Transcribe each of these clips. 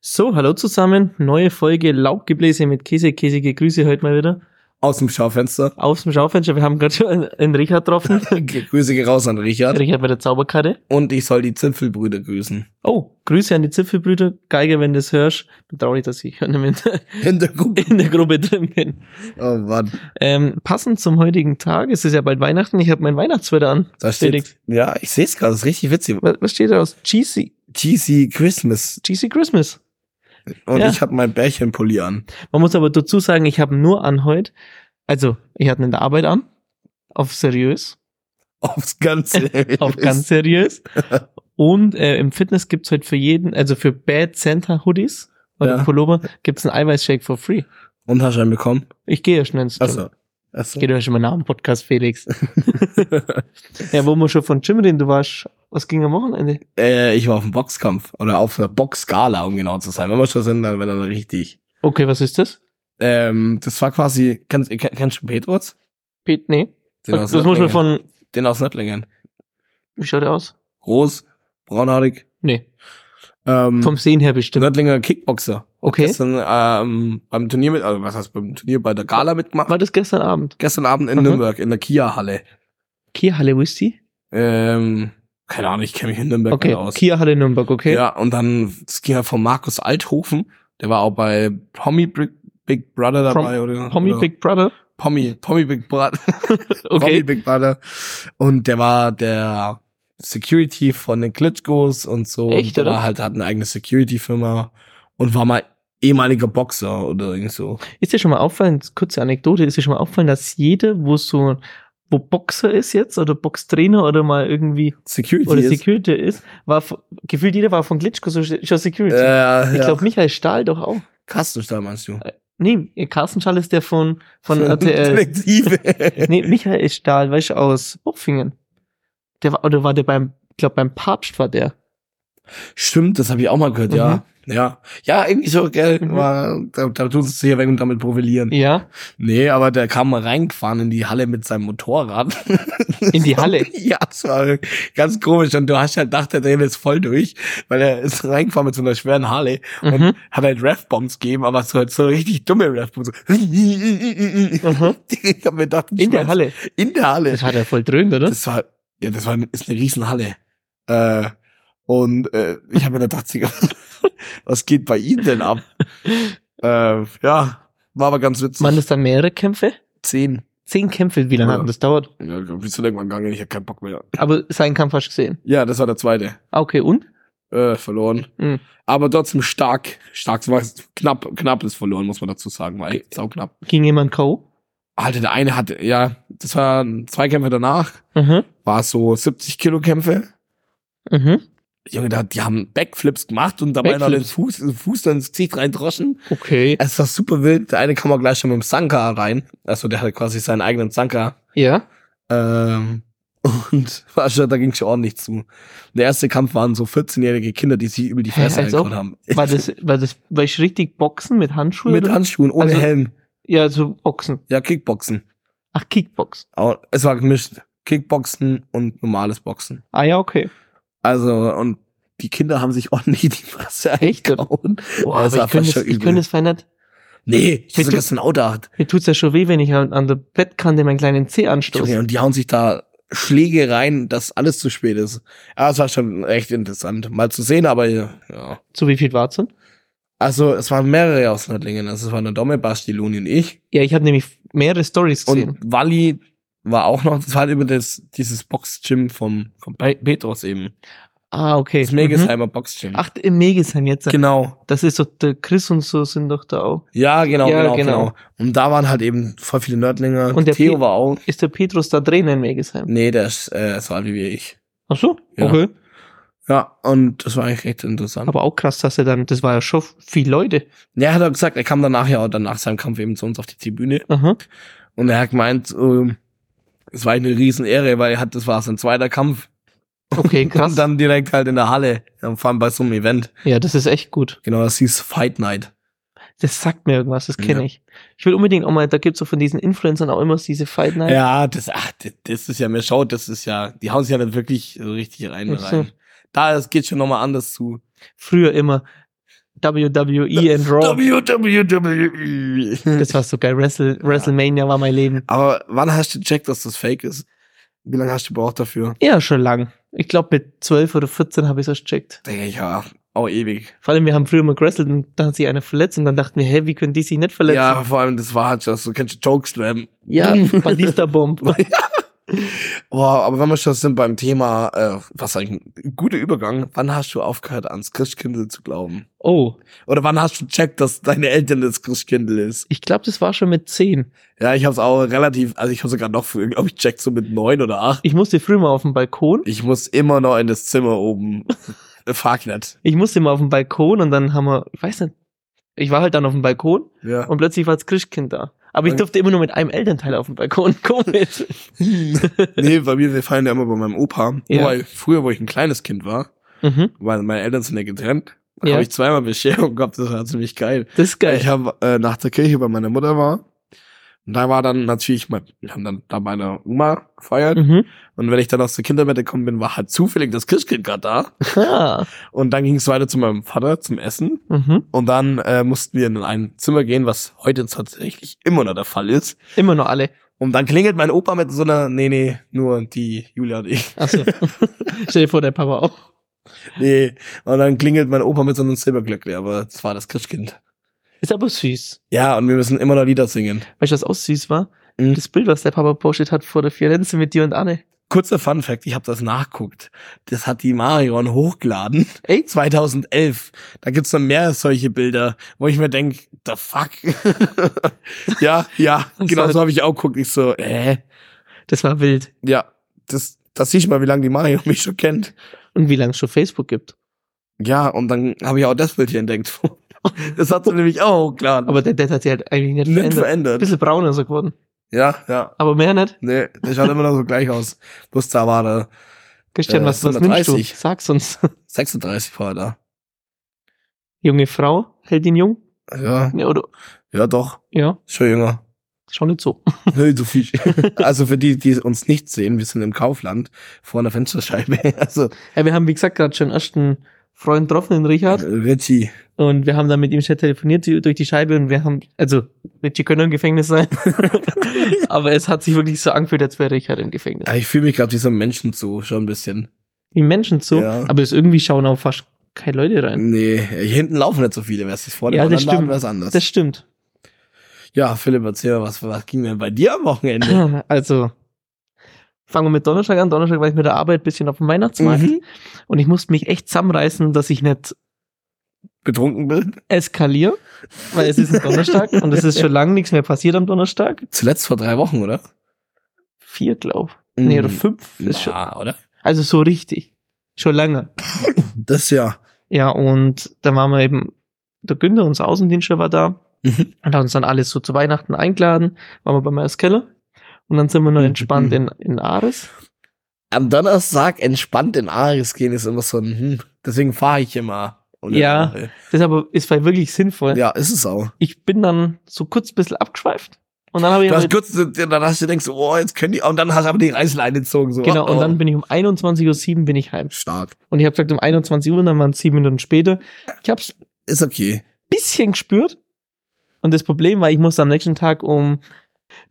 So, hallo zusammen. Neue Folge Laubgebläse mit Käse. Käsige Grüße heute mal wieder. Aus dem Schaufenster. Aus dem Schaufenster. Wir haben gerade schon einen Richard getroffen. Grüße gehen raus an Richard. Richard bei der Zauberkarte. Und ich soll die Zipfelbrüder grüßen. Oh, Grüße an die Zipfelbrüder. Geige, wenn du es hörst. Bin traurig, dass ich nicht mehr In der Gruppe. in der Gruppe drin bin. Oh Mann. Ähm, passend zum heutigen Tag, es ist ja bald Weihnachten, ich habe mein Weihnachtswetter an. Da steht, Felix. ja, ich sehe es gerade, das ist richtig witzig. Was, was steht da aus? Cheesy, Cheesy Christmas. cheesy Christmas. Und Ja. ich habe mein Bärchenpulli an. Man muss aber dazu sagen, ich habe nur an heute, also ich hatte ihn in der Arbeit an, auf seriös, Aufs Ganze. auf ganz seriös. Und äh, im Fitness gibt's heute für jeden, also für Bad Center Hoodies oder Ja. Pullover, gibt's einen Eiweißshake for free. Und hast du einen bekommen? Ich gehe ja schnell ins Gym. Achso. Achso. Geht ja schon mal nach dem Podcast, Felix. ja, wo wir schon von Gym reden, du warst, was ging am Wochenende? Äh, ich war auf dem Boxkampf. Oder auf der Boxgala, um genau zu sein. Wenn wir schon sind, dann wenn dann richtig. Okay, was ist das? Ähm, das war quasi, kennst, kenn- kennst du Petrus? Pete, nee. Den das muss man von, Den aus Nördlingen. wie schaut er aus? Groß, braunhaarig. Nee, Ähm, vom Sehen her Der bestimmt. Nördlinger Kickboxer. Okay. Gestern ähm, beim Turnier mit, also was heißt beim Turnier bei der Gala mitgemacht? War das gestern Abend? Gestern Abend in Mhm. Nürnberg in der Kia-Halle. Kia-Halle, wo ist die? Ähm, keine Ahnung, ich kenne mich in Nürnberg Okay, nicht aus. Kia-Halle Nürnberg, okay. Ja, und dann das ging halt von Markus Althofen, der war auch bei Pommy Big, Big Brother dabei, oder? Homie oder Big Brother. Pommy, Pommy Big Brother. Pommy Okay. Big Brother. Und der war der Security von den Klitschkos und so. Echt, und der oder? War halt, hat eine eigene Security-Firma und war mal ehemaliger Boxer oder irgendwie so. Ist dir schon mal auffallen, kurze Anekdote, ist dir schon mal auffallen, dass jeder, wo so, wo Boxer ist jetzt oder Boxtrainer oder mal irgendwie Security oder ist. Security ist, war f- gefühlt jeder war von Glitschko so schon Security. Äh, ich ja. glaube, Michael Stahl doch auch. Kastenstall meinst du? Nee, Carsten Stahl ist der von, von RTL. Detektive. nee, Michael Stahl, weißt du, aus Bopfingen. Der war, oder war der beim, ich glaube, beim Papst war der. Stimmt, das habe ich auch mal gehört, ja. Ja, ja, irgendwie so, gell, Mhm. war- da, da tun sie sich ja weg und damit profilieren. Ja, Nee, aber der kam mal reingefahren in die Halle mit seinem Motorrad. in die Halle. ja, das war ganz komisch. Und du hast halt gedacht, der dreht jetzt voll durch, weil er ist reingefahren mit so einer schweren Halle und Mhm. hat halt Ref-Bombs gegeben, aber so, so richtig dumme Ref-Bombs. So. Mhm. ich hab mir gedacht, In der Halle. In der Halle. Das hat er voll dröhnt, oder? Das war, ja, das war ist eine Riesenhalle. Äh, und äh, ich habe mir gedacht, Digga, was geht bei Ihnen denn ab? äh, ja, war aber ganz witzig. Waren das dann mehrere Kämpfe? zehn. Zehn Kämpfe, wie lange Ja. hat das dauert? Ja, bist du irgendwann gegangen? Ich habe keinen Bock mehr. Aber seinen Kampf hast du gesehen. Ja, das war der zweite. Ah, Okay, und? Äh, verloren. Mhm. Aber trotzdem stark. Stark, war knapp, knapp ist verloren, muss man dazu sagen, weil sau knapp. Ging jemand K.O.? Alter, der eine hatte, ja, das waren zwei Kämpfe danach, Mhm. war es so 70 Kilo Kämpfe. Mhm. Junge, da, die haben Backflips gemacht und dabei noch den Backflips. Fuß, den Fuß dann ins Gesicht reindroschen. Okay. Es war super wild. Der eine kam auch gleich schon mit dem Sanka rein. Also der hatte quasi seinen eigenen Sanka. Ja. Ähm, und war schon, da ging schon ordentlich zu. Der erste Kampf waren so 14-jährige Kinder, die sich über die Hä, Fresse also? eingehauen haben. War das, war das, war ich richtig Boxen mit Handschuhen? mit oder? Handschuhen, ohne Also- Helm. ja, so Boxen. Ja, Kickboxen. Ach, Kickbox. Aber Es war gemischt. Kickboxen und normales Boxen. Ah ja, okay. Also, und die Kinder haben sich ordentlich die Fresse Echt? eingehauen. Boah, das aber war ich könnte fast es, schon ich übel. könnte es verhindert. Nee, ich Mit hatte du- gestern auch da. Mir tut's ja schon weh, wenn ich an, an der Bettkante meinen kleinen Zeh anstoße. Junge, und die hauen sich da Schläge rein, dass alles zu spät ist. Aber es war schon recht interessant, mal zu sehen, aber ja. Zu wie viel war's denn? Also, es waren mehrere aus Nördlingen. Also, es waren der Domme, Basti, Luni und ich. Ja, ich habe nämlich mehrere Stories gesehen. Und Wally war auch noch, das war halt über das, dieses Boxgym vom, vom Pe- Petros eben. ah, okay. Mhm. Das Megesheimer Boxgym. Ach, im Megesheim jetzt. genau. Das ist so, der Chris und so sind doch da auch. Ja, genau, Ja, genau, genau. genau, Und da waren halt eben voll viele Nördlinger. Und der Theo Pe- war auch. Ist der Petrus da drin in Megesheim? Nee, der ist äh, so alt wie ich. Ach so, Ja. okay. Ja, und das war eigentlich recht interessant. Aber auch krass, dass er dann, das war ja schon viel Leute. Ja, hat er gesagt, er kam danach ja auch dann nach seinem Kampf eben zu uns auf die Tribüne Aha. und er hat gemeint, ähm, es war eine Riesenehre, weil er hat, das war sein zweiter Kampf Okay, krass. und dann direkt halt in der Halle, ja, vor allem bei so einem Event. ja, das ist echt gut. Genau, das hieß Fight Night. Das sagt mir irgendwas, das kenne Ja. ich. Ich will unbedingt auch mal, da gibt's so von diesen Influencern auch immer diese Fight Night. Ja, das, ach, das- das ist ja, mir schaut, das ist ja, die hauen sich ja nicht wirklich so richtig rein. Ach so. rein. Da, es geht schon nochmal anders zu. Früher immer WWE and Raw. WWE. Das war so geil. Wrestle, WrestleMania war mein Leben. Aber wann hast du gecheckt, dass das fake ist? Wie lange hast du gebraucht dafür? Ja, schon lang. Ich glaube, mit 12 oder 14 habe ich es gecheckt. Denke ich, ja, auch ewig. Vor allem, wir haben früher mal gewrestelt und dann hat sich einer verletzt und dann dachten wir, hä, wie können die sich nicht verletzen? Ja, vor allem, das war halt just, du kannst Jokes slammen. ja Ballista-Bomb. Boah, aber wenn wir schon sind beim Thema, äh, was eigentlich ein guter Übergang, wann hast du aufgehört, ans Christkindl zu glauben? Oh, Oder wann hast du gecheckt, dass deine Eltern das Christkindl ist? ich glaube, das war schon mit 10. Ja, ich hab's auch relativ, also ich hab sogar noch früher, glaube ich, checkt so mit neun oder acht. Ich musste früher mal auf den Balkon. Ich muss immer noch in das Zimmer oben. Fuck nicht. Ich musste mal auf den Balkon und dann haben wir, ich weiß nicht, ich war halt dann auf dem Balkon Ja. und plötzlich war das Christkind da. Aber ich Und- durfte immer nur mit einem Elternteil auf dem Balkon. Mhm. Komisch. nee, bei mir, wir feiern ja immer bei meinem Opa. Ja. Wobei, früher, wo ich ein kleines Kind war, mhm. weil meine Eltern sind ja getrennt, ja. Ja. habe Hm. ich zweimal Bescherung gehabt, das war ziemlich geil. Das ist geil. Ich habe äh, nach der Kirche bei meiner Mutter war. Und da war dann natürlich, mein, wir haben dann da meine Oma gefeiert. Mhm. Und wenn ich dann aus der Kindermitte gekommen bin, war halt zufällig das Christkind gerade da. Ah. Und dann ging es weiter zu meinem Vater zum Essen. Mhm. Und dann äh, mussten wir in ein Zimmer gehen, was heute tatsächlich immer noch der Fall ist. Immer noch alle. Und dann klingelt mein Opa mit so einer, nee, nee, nur die Julia und ich. Achso. Stell dir vor, der Papa auch. Nee. Und dann klingelt mein Opa mit so einem Silberglöckli, aber das war das Christkind. Ist aber süß. Ja, und wir müssen immer noch Lieder singen. Weißt du, was auch süß war? Mhm. Das Bild, was der Papa postet hat vor der Fiorenze mit dir und Anne. Kurzer Fun Fact, ich habe das nachguckt. Das hat die Marion hochgeladen. Ey, 2011. Da gibt's noch mehr solche Bilder, wo ich mir denk, the fuck. ja, ja, Das genau war- so habe ich auch geguckt. Ich so, äh, das war wild. ja, das, das sehe ich mal, wie lange die Marion mich schon kennt. Und wie lange es schon Facebook gibt. Ja, und dann habe ich auch das Bild hier entdeckt. das hat sie nämlich auch hochgeladen. Aber der Dad hat sich halt eigentlich nicht nicht verändert. Ein verändert. bisschen brauner ist er geworden. Ja, ja. Aber mehr nicht. Nee, das schaut immer noch so gleich aus. Bloß da war da Christian, Äh, was, was wünschst du? 130. Sag's uns. 36 war er Junge Frau, hält ihn jung? da. Ja, Ja, oder? ja doch. Ja, Schon jünger. schau nicht so. Nee, so viel. Also für die, die uns nicht sehen, wir sind im Kaufland vor einer Fensterscheibe. Also Ja, wir haben, wie gesagt, gerade schon einen ersten Freund getroffen, den Richard. äh, Richie. Und wir haben dann mit ihm schon telefoniert die- durch die Scheibe und wir haben, also, Richie könnte im Gefängnis sein. Aber es hat sich wirklich so angefühlt, als wäre Richard im Gefängnis. Aber ah, ich fühle mich gerade diesem Menschen zu, schon ein bisschen. Die Menschen zu, Ja. aber es irgendwie schauen auch fast keine Leute rein. Nee, hier hinten laufen nicht so viele, wär's es vorne Ja, das stimmt. was anders. Das stimmt. ja, Philipp, erzähl mal, was, was ging denn bei dir am Wochenende? Also, fangen wir mit Donnerstag an. Donnerstag war ich mit der Arbeit ein bisschen auf dem Weihnachtsmarkt Mhm. und ich musste mich echt zusammenreißen, dass ich nicht Betrunken bin? eskaliere, weil es ist ein Donnerstag und es ist schon lange nichts mehr passiert am Donnerstag. Zuletzt vor drei Wochen, oder? Hm. Vier, glaube ich. Nee, oder fünf. Ist schon, Mm. Ja, oder? also so richtig. Schon lange. Das ja. Ja, und dann waren wir eben, der Günther, unser Außendienstler, war da Mhm. und hat uns dann alles so zu Weihnachten eingeladen. Waren wir bei Meyers Keller und dann sind wir noch Mhm. entspannt in, in Ares. Am Donnerstag entspannt in Ares gehen ist immer so ein, hm, deswegen fahre ich immer. Und Ja. Das aber ist vielleicht wirklich sinnvoll. Ja, ist es auch. Ich bin dann so kurz ein bisschen abgeschweift und dann habe ich halt- Du hast aber- kurz, dann hast du denkst, oh, jetzt können die, und dann hast du aber die Reißleine gezogen, so. genau und oh. dann bin ich um 21:07 Uhr bin ich heim. Stark. Und ich habe gesagt um 21 Uhr, und dann waren es sieben Minuten später. Ich habe es ein Ist okay. bisschen gespürt und das Problem war, ich musste am nächsten Tag um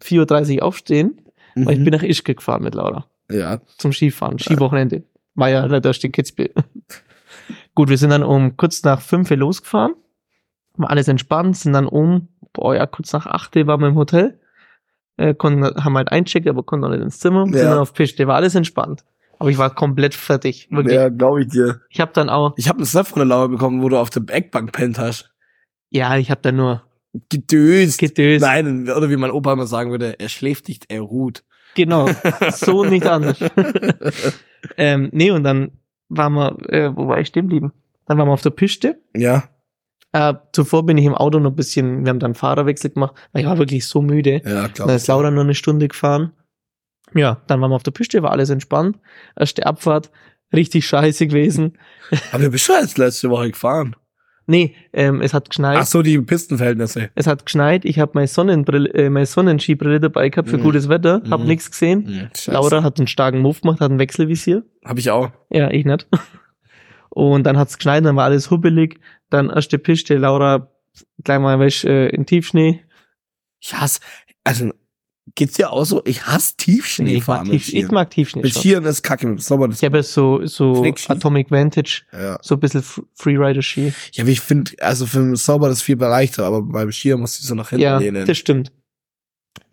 4:30 Uhr aufstehen, weil ich bin nach Ischke gefahren mit Laura. Mhm. ja. zum Skifahren, Skiwochenende. War ja leider durch den Kitzbühel. Gut, wir sind dann um kurz nach fünf Uhr losgefahren, haben alles entspannt, sind dann um, boah ja, kurz nach acht Uhr waren wir im Hotel, äh, konnten, haben halt eincheckt, aber konnten noch nicht ins Zimmer, sind Ja. dann auf Pisch, der war alles entspannt. Aber ich war komplett fertig, wirklich. Ja, glaube ich dir. Ich habe dann auch, Ich habe einen Snap von der Laura bekommen, wo du auf der Eckbank pennt hast. ja, ich habe dann nur Gedöst. gedöst. Nein, oder wie mein Opa immer sagen würde, er schläft nicht, er ruht. Genau, so nicht anders. ähm, nee, und dann waren wir, äh, wo war ich stehen geblieben? Dann waren wir auf der Piste Ja, Äh, zuvor bin ich im Auto noch ein bisschen, wir haben dann Fahrerwechsel gemacht, weil ich war wirklich so müde. ja, dann glaube ist Laura noch eine Stunde gefahren. Ja, dann waren wir auf der Piste, war alles entspannt. Erste Abfahrt, richtig scheiße gewesen. Aber du bist schon jetzt letzte Woche gefahren. Nee, ähm, es hat geschneit. Ach so, die Pistenverhältnisse. Es hat geschneit, ich habe meine Sonnenbrille, äh, meine Sonnenskibrille dabei gehabt für Mhm. gutes Wetter, hab Mhm. nichts gesehen. Mhm, Laura hat einen starken Move gemacht, hat ein Wechselvisier. Habe ich auch. Ja, ich nicht. Und dann hat's geschneit, dann war alles hubbelig. Dann erste Piste, Laura, gleich mal weißt, äh, in Tiefschnee. Ich hasse, also geht's dir auch so? Ich hasse ich, mag Tiefschneefahren. mit Tief, ich Skiern. mag Tiefschnee Mit schon. Skiern ist kacke, mit Sommer ist Ich habe so, so Flickski? Atomic Vantage, ja. so ein bisschen F- Freerider-Ski. Ja, aber ich finde, also für den Sauber das viel leichter, aber beim Skier musst du so nach hinten ne? Ja, lehnen. das stimmt.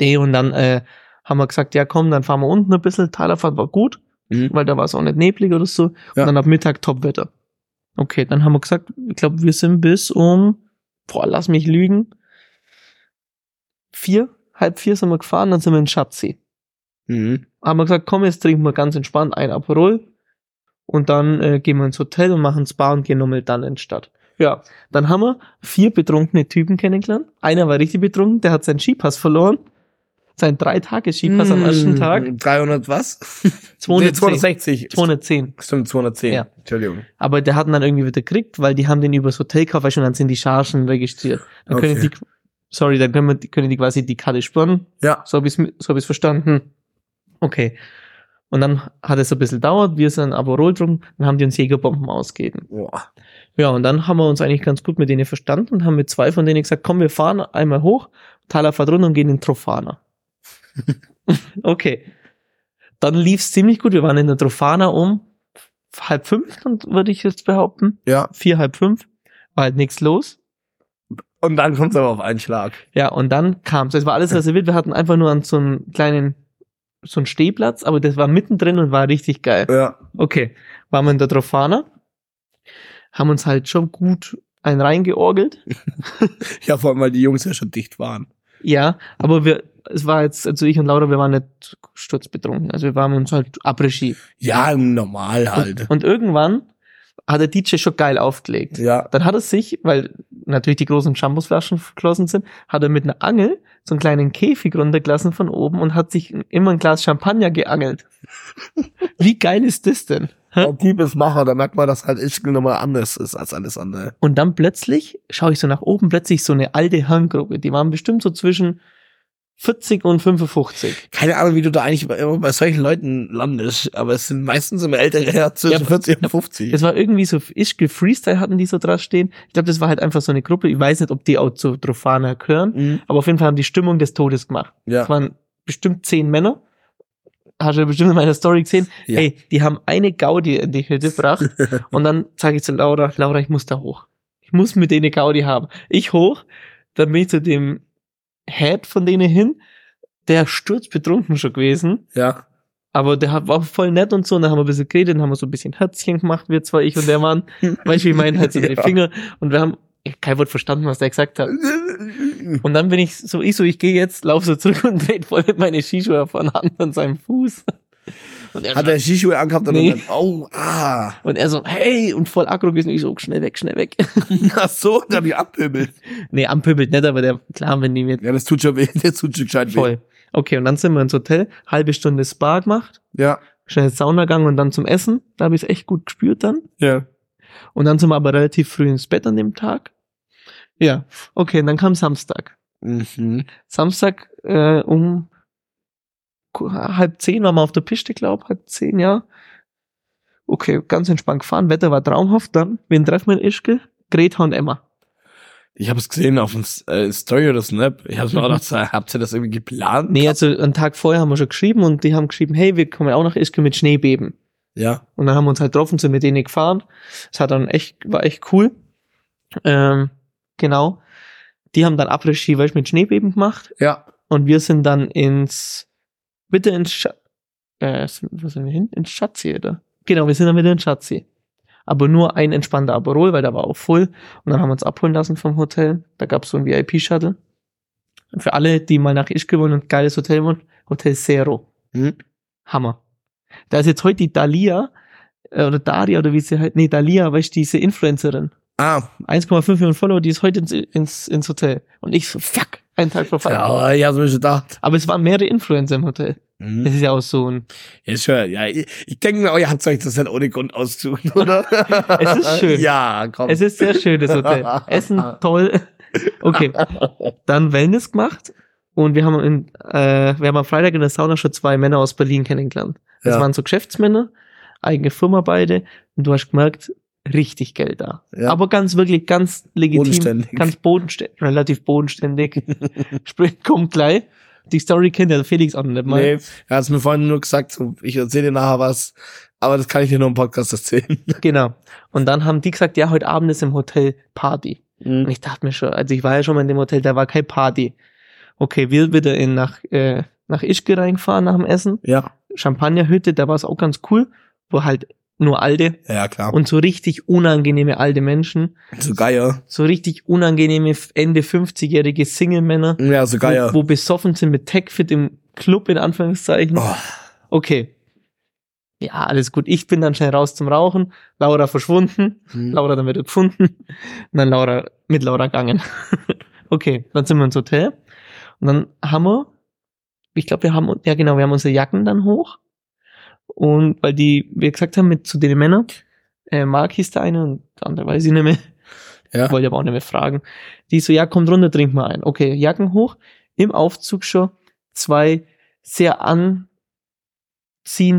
Nee, und dann äh, haben wir gesagt, ja komm, dann fahren wir unten ein bisschen. Talerfahrt war gut, Mhm. weil da war es auch nicht neblig oder so. Ja. Und dann ab Mittag Topwetter. Okay, dann haben wir gesagt, ich glaube, wir sind bis um, boah, lass mich lügen, vier, halb vier sind wir gefahren, dann sind wir in Schatzsee. Mhm. Haben wir gesagt, komm, jetzt trinken wir ganz entspannt ein Aperol und dann äh, gehen wir ins Hotel und machen Spa und gehen nochmal dann in die Stadt. Ja, dann haben wir vier betrunkene Typen kennengelernt. Einer war richtig betrunken, der hat seinen Skipass verloren. Sein drei Tage Skipass am Mm. ersten Tag. 300 Hm, was? 210. 260. 210. Stimmt, 210. Ja. Entschuldigung. Aber der hat ihn dann irgendwie wieder gekriegt, weil die haben den übers Hotel gekauft, weißt du, und dann sind die Chargen registriert. Dann können Okay. die, sorry, dann können, wir, die- können die quasi die Karte spüren. Ja. So habe ich es so hab ich's verstanden. Okay. Und dann hat es ein bisschen gedauert, wir sind aber drum, dann haben die uns Jägerbomben ausgegeben. Boah. Ja, und dann haben wir uns eigentlich ganz gut mit denen verstanden und haben mit zwei von denen gesagt, komm, wir fahren einmal hoch, Thaler fährt runter und gehen in Trofana. okay. Dann lief's ziemlich gut, wir waren in der Trofana um halb fünf, dann würde ich jetzt behaupten, Ja. vier, halb fünf, war halt nichts los. Und dann kommt's aber auf einen Schlag. Ja, und dann kam's. Es war alles reserviert. Wir hatten einfach nur an so einem kleinen, so einen Stehplatz, aber das war mittendrin und war richtig geil. Ja. Okay, waren wir in der Trofana, haben uns halt schon gut einen reingeorgelt. Ja, vor allem, weil die Jungs ja schon dicht waren. Ja, aber wir, es war jetzt, also ich und Laura, wir waren nicht sturzbetrunken. Also wir waren uns halt abregie. Ja, normal halt. Und irgendwann hat der DJ schon geil aufgelegt. Ja. Dann hat er sich, weil natürlich die großen Shampoosflaschen verschlossen sind, hat er mit einer Angel so einen kleinen Käfig runtergelassen von oben und hat sich immer ein Glas Champagner geangelt. Wie geil ist das denn? Ein Typ ist Macher, da merkt man, dass halt Ischgl nochmal anders ist als alles andere. Und dann plötzlich schaue ich so nach oben, plötzlich so eine alte Herrengruppe. Die waren bestimmt so zwischen 40 und 55. Keine Ahnung, wie du da eigentlich immer bei solchen Leuten landest, aber es sind meistens immer ältere Herren zwischen Ja, 40 und 50. Das war irgendwie so, Ischgl Freestyle hatten die so dran stehen. Ich glaube, das war halt einfach so eine Gruppe. Ich weiß nicht, ob die auch zu Trofana gehören. Mhm. Aber auf jeden Fall haben die Stimmung des Todes gemacht. Ja. Es waren bestimmt zehn Männer. Hast du bestimmt in meiner Story gesehen. Ja. Hey, die haben eine Gaudi in die Hütte gebracht. und dann sage ich zu Laura, Laura, ich muss da hoch. Ich muss mit denen Gaudi haben. Ich hoch, dann bin ich zu dem Head von denen hin. Der sturzbetrunken schon gewesen. Ja. Aber der hat- war voll nett und so. Und dann haben wir ein bisschen geredet, dann haben wir so ein bisschen Herzchen gemacht, wir zwei, ich und der Mann. Weißt du, wie ich meine? Halt so die Ja. Finger. Und wir haben ich hab kein Wort verstanden, was der gesagt hat. Und dann bin ich so, ich so, ich gehe jetzt, laufe so zurück und dreht voll mit meine Skischuhe von Hand an seinem Fuß. Und er, Hat so, er Skischuhe angehabt und Nee. dann, oh, ah. und er so, hey, und voll aggro gewesen. Ich so, schnell weg, schnell weg. Ach so, da die abpöbelt. nee, anpöbelt nicht, aber der, klar, wenn die mir Ja, das tut schon weh, das tut schon gescheit weh. voll. Okay, und dann sind wir ins Hotel, halbe Stunde Spa gemacht, Ja. schnell ins Sauna gegangen und dann zum Essen. Da habe ich es echt gut gespürt dann. Ja. Und dann sind wir aber relativ früh ins Bett an dem Tag. Ja, okay, und dann kam Samstag. Mhm. Samstag äh, um ku- halb zehn waren wir auf der Piste, glaube halb zehn, ja. Okay, ganz entspannt gefahren, Wetter war traumhaft. Dann, wen treffen wir in Ischgl? Greta und Emma. Ich habe es gesehen auf dem S- äh, Story oder Snap. Ich habe mir auch gedacht, habt ihr das irgendwie geplant? Nee, also einen Tag vorher haben wir schon geschrieben und die haben geschrieben, hey, wir kommen ja auch nach Ischgl mit Schneebeben. Ja. Und dann haben wir uns halt getroffen, sind mit denen gefahren. Es hat dann echt, war echt cool. Ähm, genau. Die haben dann Après-Ski, weißt du, mit Schneebeben gemacht. Ja. Und wir sind dann ins, bitte ins, Scha äh, sind- wo sind wir hin? Ins Schatzsee, oder? Genau, wir sind dann wieder in Schatzsee. Aber nur ein entspannter Aperol, weil da war auch voll. Und dann haben wir uns abholen lassen vom Hotel. Da gab es so ein VIP-Shuttle. Und für alle, die mal nach Ischgl wollen und ein geiles Hotel wollen, Hotel Zero. Mhm. Hammer. Da ist jetzt heute die Dalia, äh, oder Daria, oder wie sie halt, nee, Dalia, weißt du, diese Influencerin. Ah, 1,5 Millionen Follower, die ist heute ins, ins, ins Hotel. Und ich so, fuck, einen Tag verfallen. ja, aber ich hab's mir schon gedacht. Aber es waren mehrere Influencer im Hotel. Das Mhm. ist ja auch so ein. Ist schön. Ja, ich, ich denke mir, euer habt euch das nicht ohne Grund ausgesucht, oder? Es ist schön. Ja, komm. Es ist sehr schön, das Hotel. Essen toll. Okay. Dann Wellness gemacht. Und wir haben, in, äh, wir haben am Freitag in der Sauna schon zwei Männer aus Berlin kennengelernt. Das Ja. waren so Geschäftsmänner, eigene Firma beide. Und du hast gemerkt, richtig Geld da. Ja. Aber ganz wirklich, ganz legitim. Bodenständig. Ganz bodenständig, relativ bodenständig. Sprich, kommt gleich. Die Story kennt der Felix auch noch nicht mal. Nee, er hat's mir vorhin nur gesagt, so, ich erzähle dir nachher was, aber das kann ich dir nur im Podcast erzählen. Genau. Und dann haben die gesagt, ja, heute Abend ist im Hotel Party. Und ich dachte mir schon, also ich war ja schon mal in dem Hotel, da war keine Party. Okay, wir wieder in nach, äh, nach Ischke reingefahren nach dem Essen. Ja, Champagnerhütte, da war es auch ganz cool, wo halt nur alte ja, klar. und so richtig unangenehme alte Menschen, so Geier. so richtig unangenehme Ende 50-jährige Single-Männer, Ja, so Geier. wo, wo besoffen sind mit Techfit im Club in Anführungszeichen. Oh, Okay. Ja, alles gut. Ich bin dann schnell raus zum Rauchen. Laura verschwunden. hm. Laura dann wieder gefunden und dann Laura mit Laura gegangen. okay, dann sind wir ins Hotel und dann haben wir, ich glaube, wir haben, ja genau, wir haben unsere Jacken dann hoch und weil die, wir gesagt haben, mit zu den Männern, äh, Mark hieß der eine und der andere weiß ich nicht mehr, Ja. wollte aber auch nicht mehr fragen, die so, ja, kommt runter, trink mal ein. Okay, Jacken hoch, im Aufzug schon zwei sehr anziehende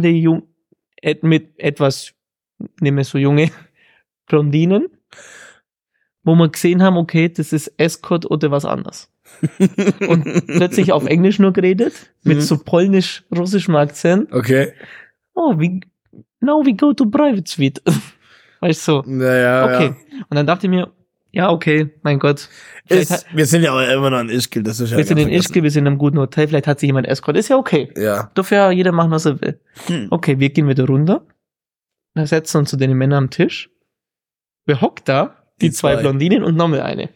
Jung et mit etwas, nehmen wir so junge Blondinen, wo wir gesehen haben, okay, das ist Escort oder was anderes. Und plötzlich auf Englisch nur geredet, Mhm. mit so polnisch-russischem Akzent. Okay. Oh, we, now we go to private suite. Weißt du, so. Naja, okay. Und dann dachte ich mir, ja, okay, mein Gott. ja. Vielleicht hat, Ist, wir sind ja aber immer noch in Ischgl, das ist ja wir sind ganz in Ischke, wir sind in einem guten Hotel, vielleicht hat sich jemand Escort, ist ja okay. vergessen. Ja. Darf ja jeder machen, was er will. Hm. Okay, wir gehen wieder runter. Dann setzen uns zu den Männern am Tisch. Wer hockt da? Die, Die zwei, zwei. Blondinen und nochmal eine.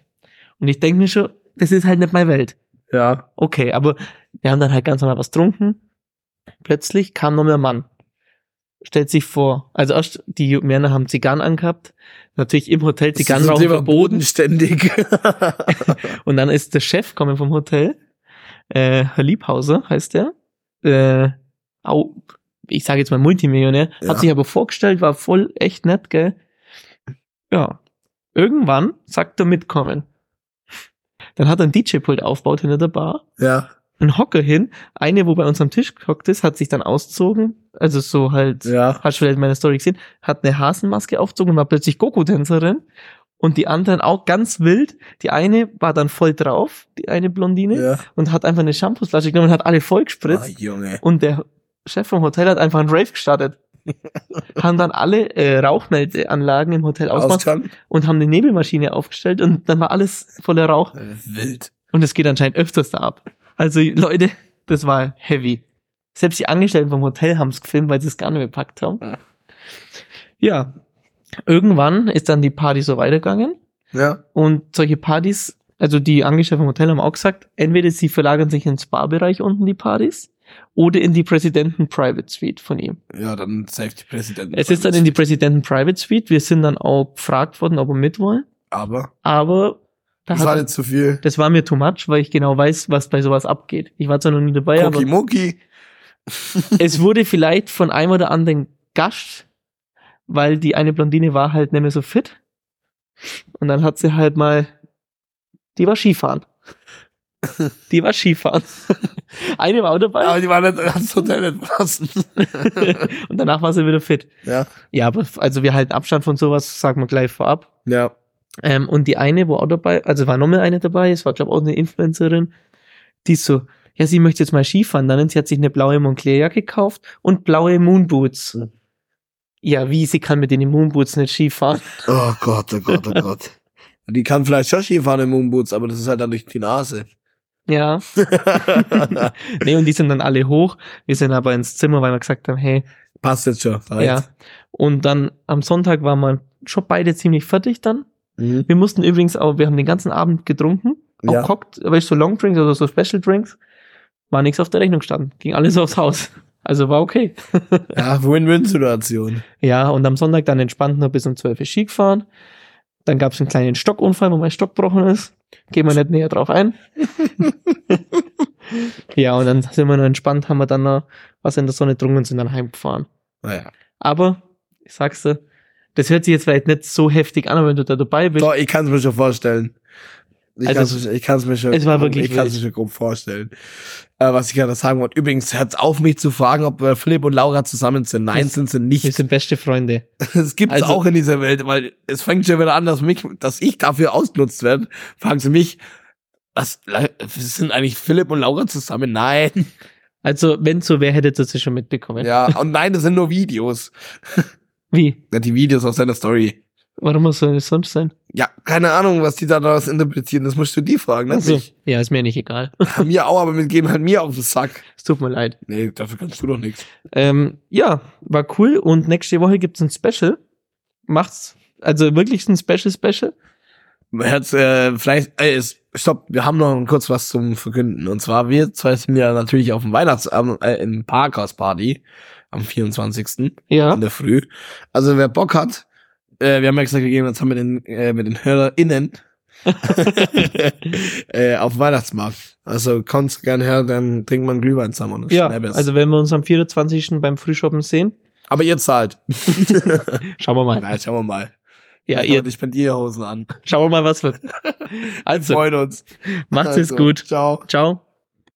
Und ich denke mir schon, das ist halt nicht meine Welt. Ja. Okay, aber wir haben dann halt ganz normal was getrunken. Plötzlich kam nochmal ein Mann. Stellt sich vor, also erst die Männer haben Zigarren angehabt. Natürlich im Hotel Das ist Zigarren das rauchen Thema verboten. bodenständig. Und dann ist der Chef kommen vom Hotel, äh, Herr Liebhauser heißt der, äh, au, ich sage jetzt mal Multimillionär, Ja. hat sich aber vorgestellt, war voll echt nett, gell? Ja. Irgendwann sagt er mitkommen. Dann hat er ein DJ-Pult aufgebaut hinter der Bar, ja. einen Hocker hin, eine, wo bei uns am Tisch gehockt ist, hat sich dann ausgezogen, also so halt, Ja. hast du vielleicht meine Story gesehen, hat eine Hasenmaske aufgezogen und war plötzlich Goku-Tänzerin. Und die anderen auch ganz wild. Die eine war dann voll drauf, die eine Blondine, Ja. und hat einfach eine Shampoosflasche genommen und hat alle voll Ah, gespritzt. Junge. Und der Chef vom Hotel hat einfach einen Rave gestartet. haben dann alle äh, Rauchmeldeanlagen im Hotel ausgemacht Ausgang? und haben eine Nebelmaschine aufgestellt und dann war alles voller Rauch. Wild. Und es geht anscheinend öfters da ab. Also Leute, das war heavy. Selbst die Angestellten vom Hotel haben es gefilmt, weil sie es gar nicht mehr gepackt haben. Ah. Ja. Irgendwann ist dann die Party so weitergegangen. Ja. Und solche Partys, also die Angestellten vom Hotel haben auch gesagt, entweder sie verlagern sich ins Barbereich unten die Partys oder in die Präsidenten Private Suite von ihm. Ja, dann safety President. Es ist dann in die Präsidenten Private Suite. Wir sind dann auch gefragt worden, ob wir mitwollen. Aber Aber da das hat- war jetzt zu viel. das war mir too much, weil ich genau weiß, was bei sowas abgeht. Ich war zwar noch nie dabei, Cookie aber Mucki. es wurde vielleicht von einem oder anderen Gast, weil die eine Blondine war halt nicht mehr so fit. Und dann hat sie halt mal, die war Skifahren. Die war Skifahren. Eine war auch dabei Aber die waren nicht ans Hotel nicht passen. und danach war sie wieder fit. ja. Ja, aber also wir halten Abstand von sowas, sagen wir gleich vorab. Ja. Ähm, und die eine war auch dabei, also war nochmal eine dabei, es war, glaube ich, auch eine Influencerin, die ist so, ja, sie möchte jetzt mal Skifahren, dann sie hat sich eine blaue Moncler-Jacke gekauft und blaue Moonboots. Ja, wie, sie kann mit den Moonboots nicht Skifahren. Oh Gott, oh Gott, oh Gott. Die kann vielleicht schon Skifahren im Moonboots, aber das ist halt dann durch die Nase. Ja, nee, und die sind dann alle hoch. Wir sind aber ins Zimmer, weil wir gesagt haben, hey, Passt jetzt schon. reicht. ja. Und dann am Sonntag waren wir schon beide ziemlich fertig dann. Mhm. Wir mussten übrigens auch, wir haben den ganzen Abend getrunken, auch Ja. gekocht, aber so Long Drinks oder so Special Drinks, war nichts auf der Rechnung stand, ging alles aufs Haus. Also war okay. ja, Win-Win-Situation. Ja, und am Sonntag dann entspannt noch bis um 12 Uhr Ski gefahren. Dann gab es einen kleinen Stockunfall, wo mein Stock gebrochen ist. Gehen wir nicht näher drauf ein. ja, und dann sind wir noch entspannt, haben wir dann noch was in der Sonne getrunken und sind dann heimgefahren. Naja. Aber, ich sag's dir, das hört sich jetzt vielleicht nicht so heftig an, aber wenn du da dabei bist, Doch, ich kann es mir schon vorstellen. Ich Also, kann's mir- ich kann es mir schon, es war wirklich ich kann es wild. mir schon grob vorstellen, äh, was ich gerade sagen wollte. Übrigens, hört auf, mich zu fragen, ob äh, Philipp und Laura zusammen sind. Nein, Das- sind sie Wir nicht. sind beste Freunde. Das gibt's also- auch in dieser Welt, weil es fängt schon wieder an, dass mich, dass ich dafür ausgenutzt werde. Fragen Sie mich, was la- sind eigentlich Philipp und Laura zusammen? Nein. Also, wenn so wäre, hättet ihr das schon mitbekommen. Ja, und nein, das sind nur Videos. Wie? Ja, Die Videos aus seiner Story. Warum muss es sonst sein? Ja, keine Ahnung, was die da daraus interpretieren. Das musst du die fragen, ne? Also, Ich, ja, ist mir nicht egal. mir auch, aber mit geben halt mir auf den Sack. Es tut mir leid. Nee, dafür kannst du doch nichts. Ähm, ja, war cool. Und nächste Woche gibt's ein Special. Macht's. Also wirklich ein Special-Special. Herz, äh, vielleicht, äh, es- stopp, wir haben noch kurz was zum Verkünden. Und zwar, wir zwei sind ja natürlich auf dem Weihnachts-, am- äh, im Parkhaus-Party am 24. Ja. in der Früh. Also, wer Bock hat, äh, wir haben ja gesagt, wir gehen jetzt mit den, äh, mit den HörerInnen äh, auf den Weihnachtsmarkt. Also, kommt's gern her, dann trinkt man Glühwein zusammen und Ja, Schnäppes. also wenn wir uns am 24. beim Frühshoppen sehen, Aber ihr zahlt. schauen wir mal. Nein, schauen wir mal. Ja, ihr. ihr, Ich bin ihr Hosen an. schauen wir mal, was wird. Also, Freut uns. macht's es Also, gut. Ciao. Ciao.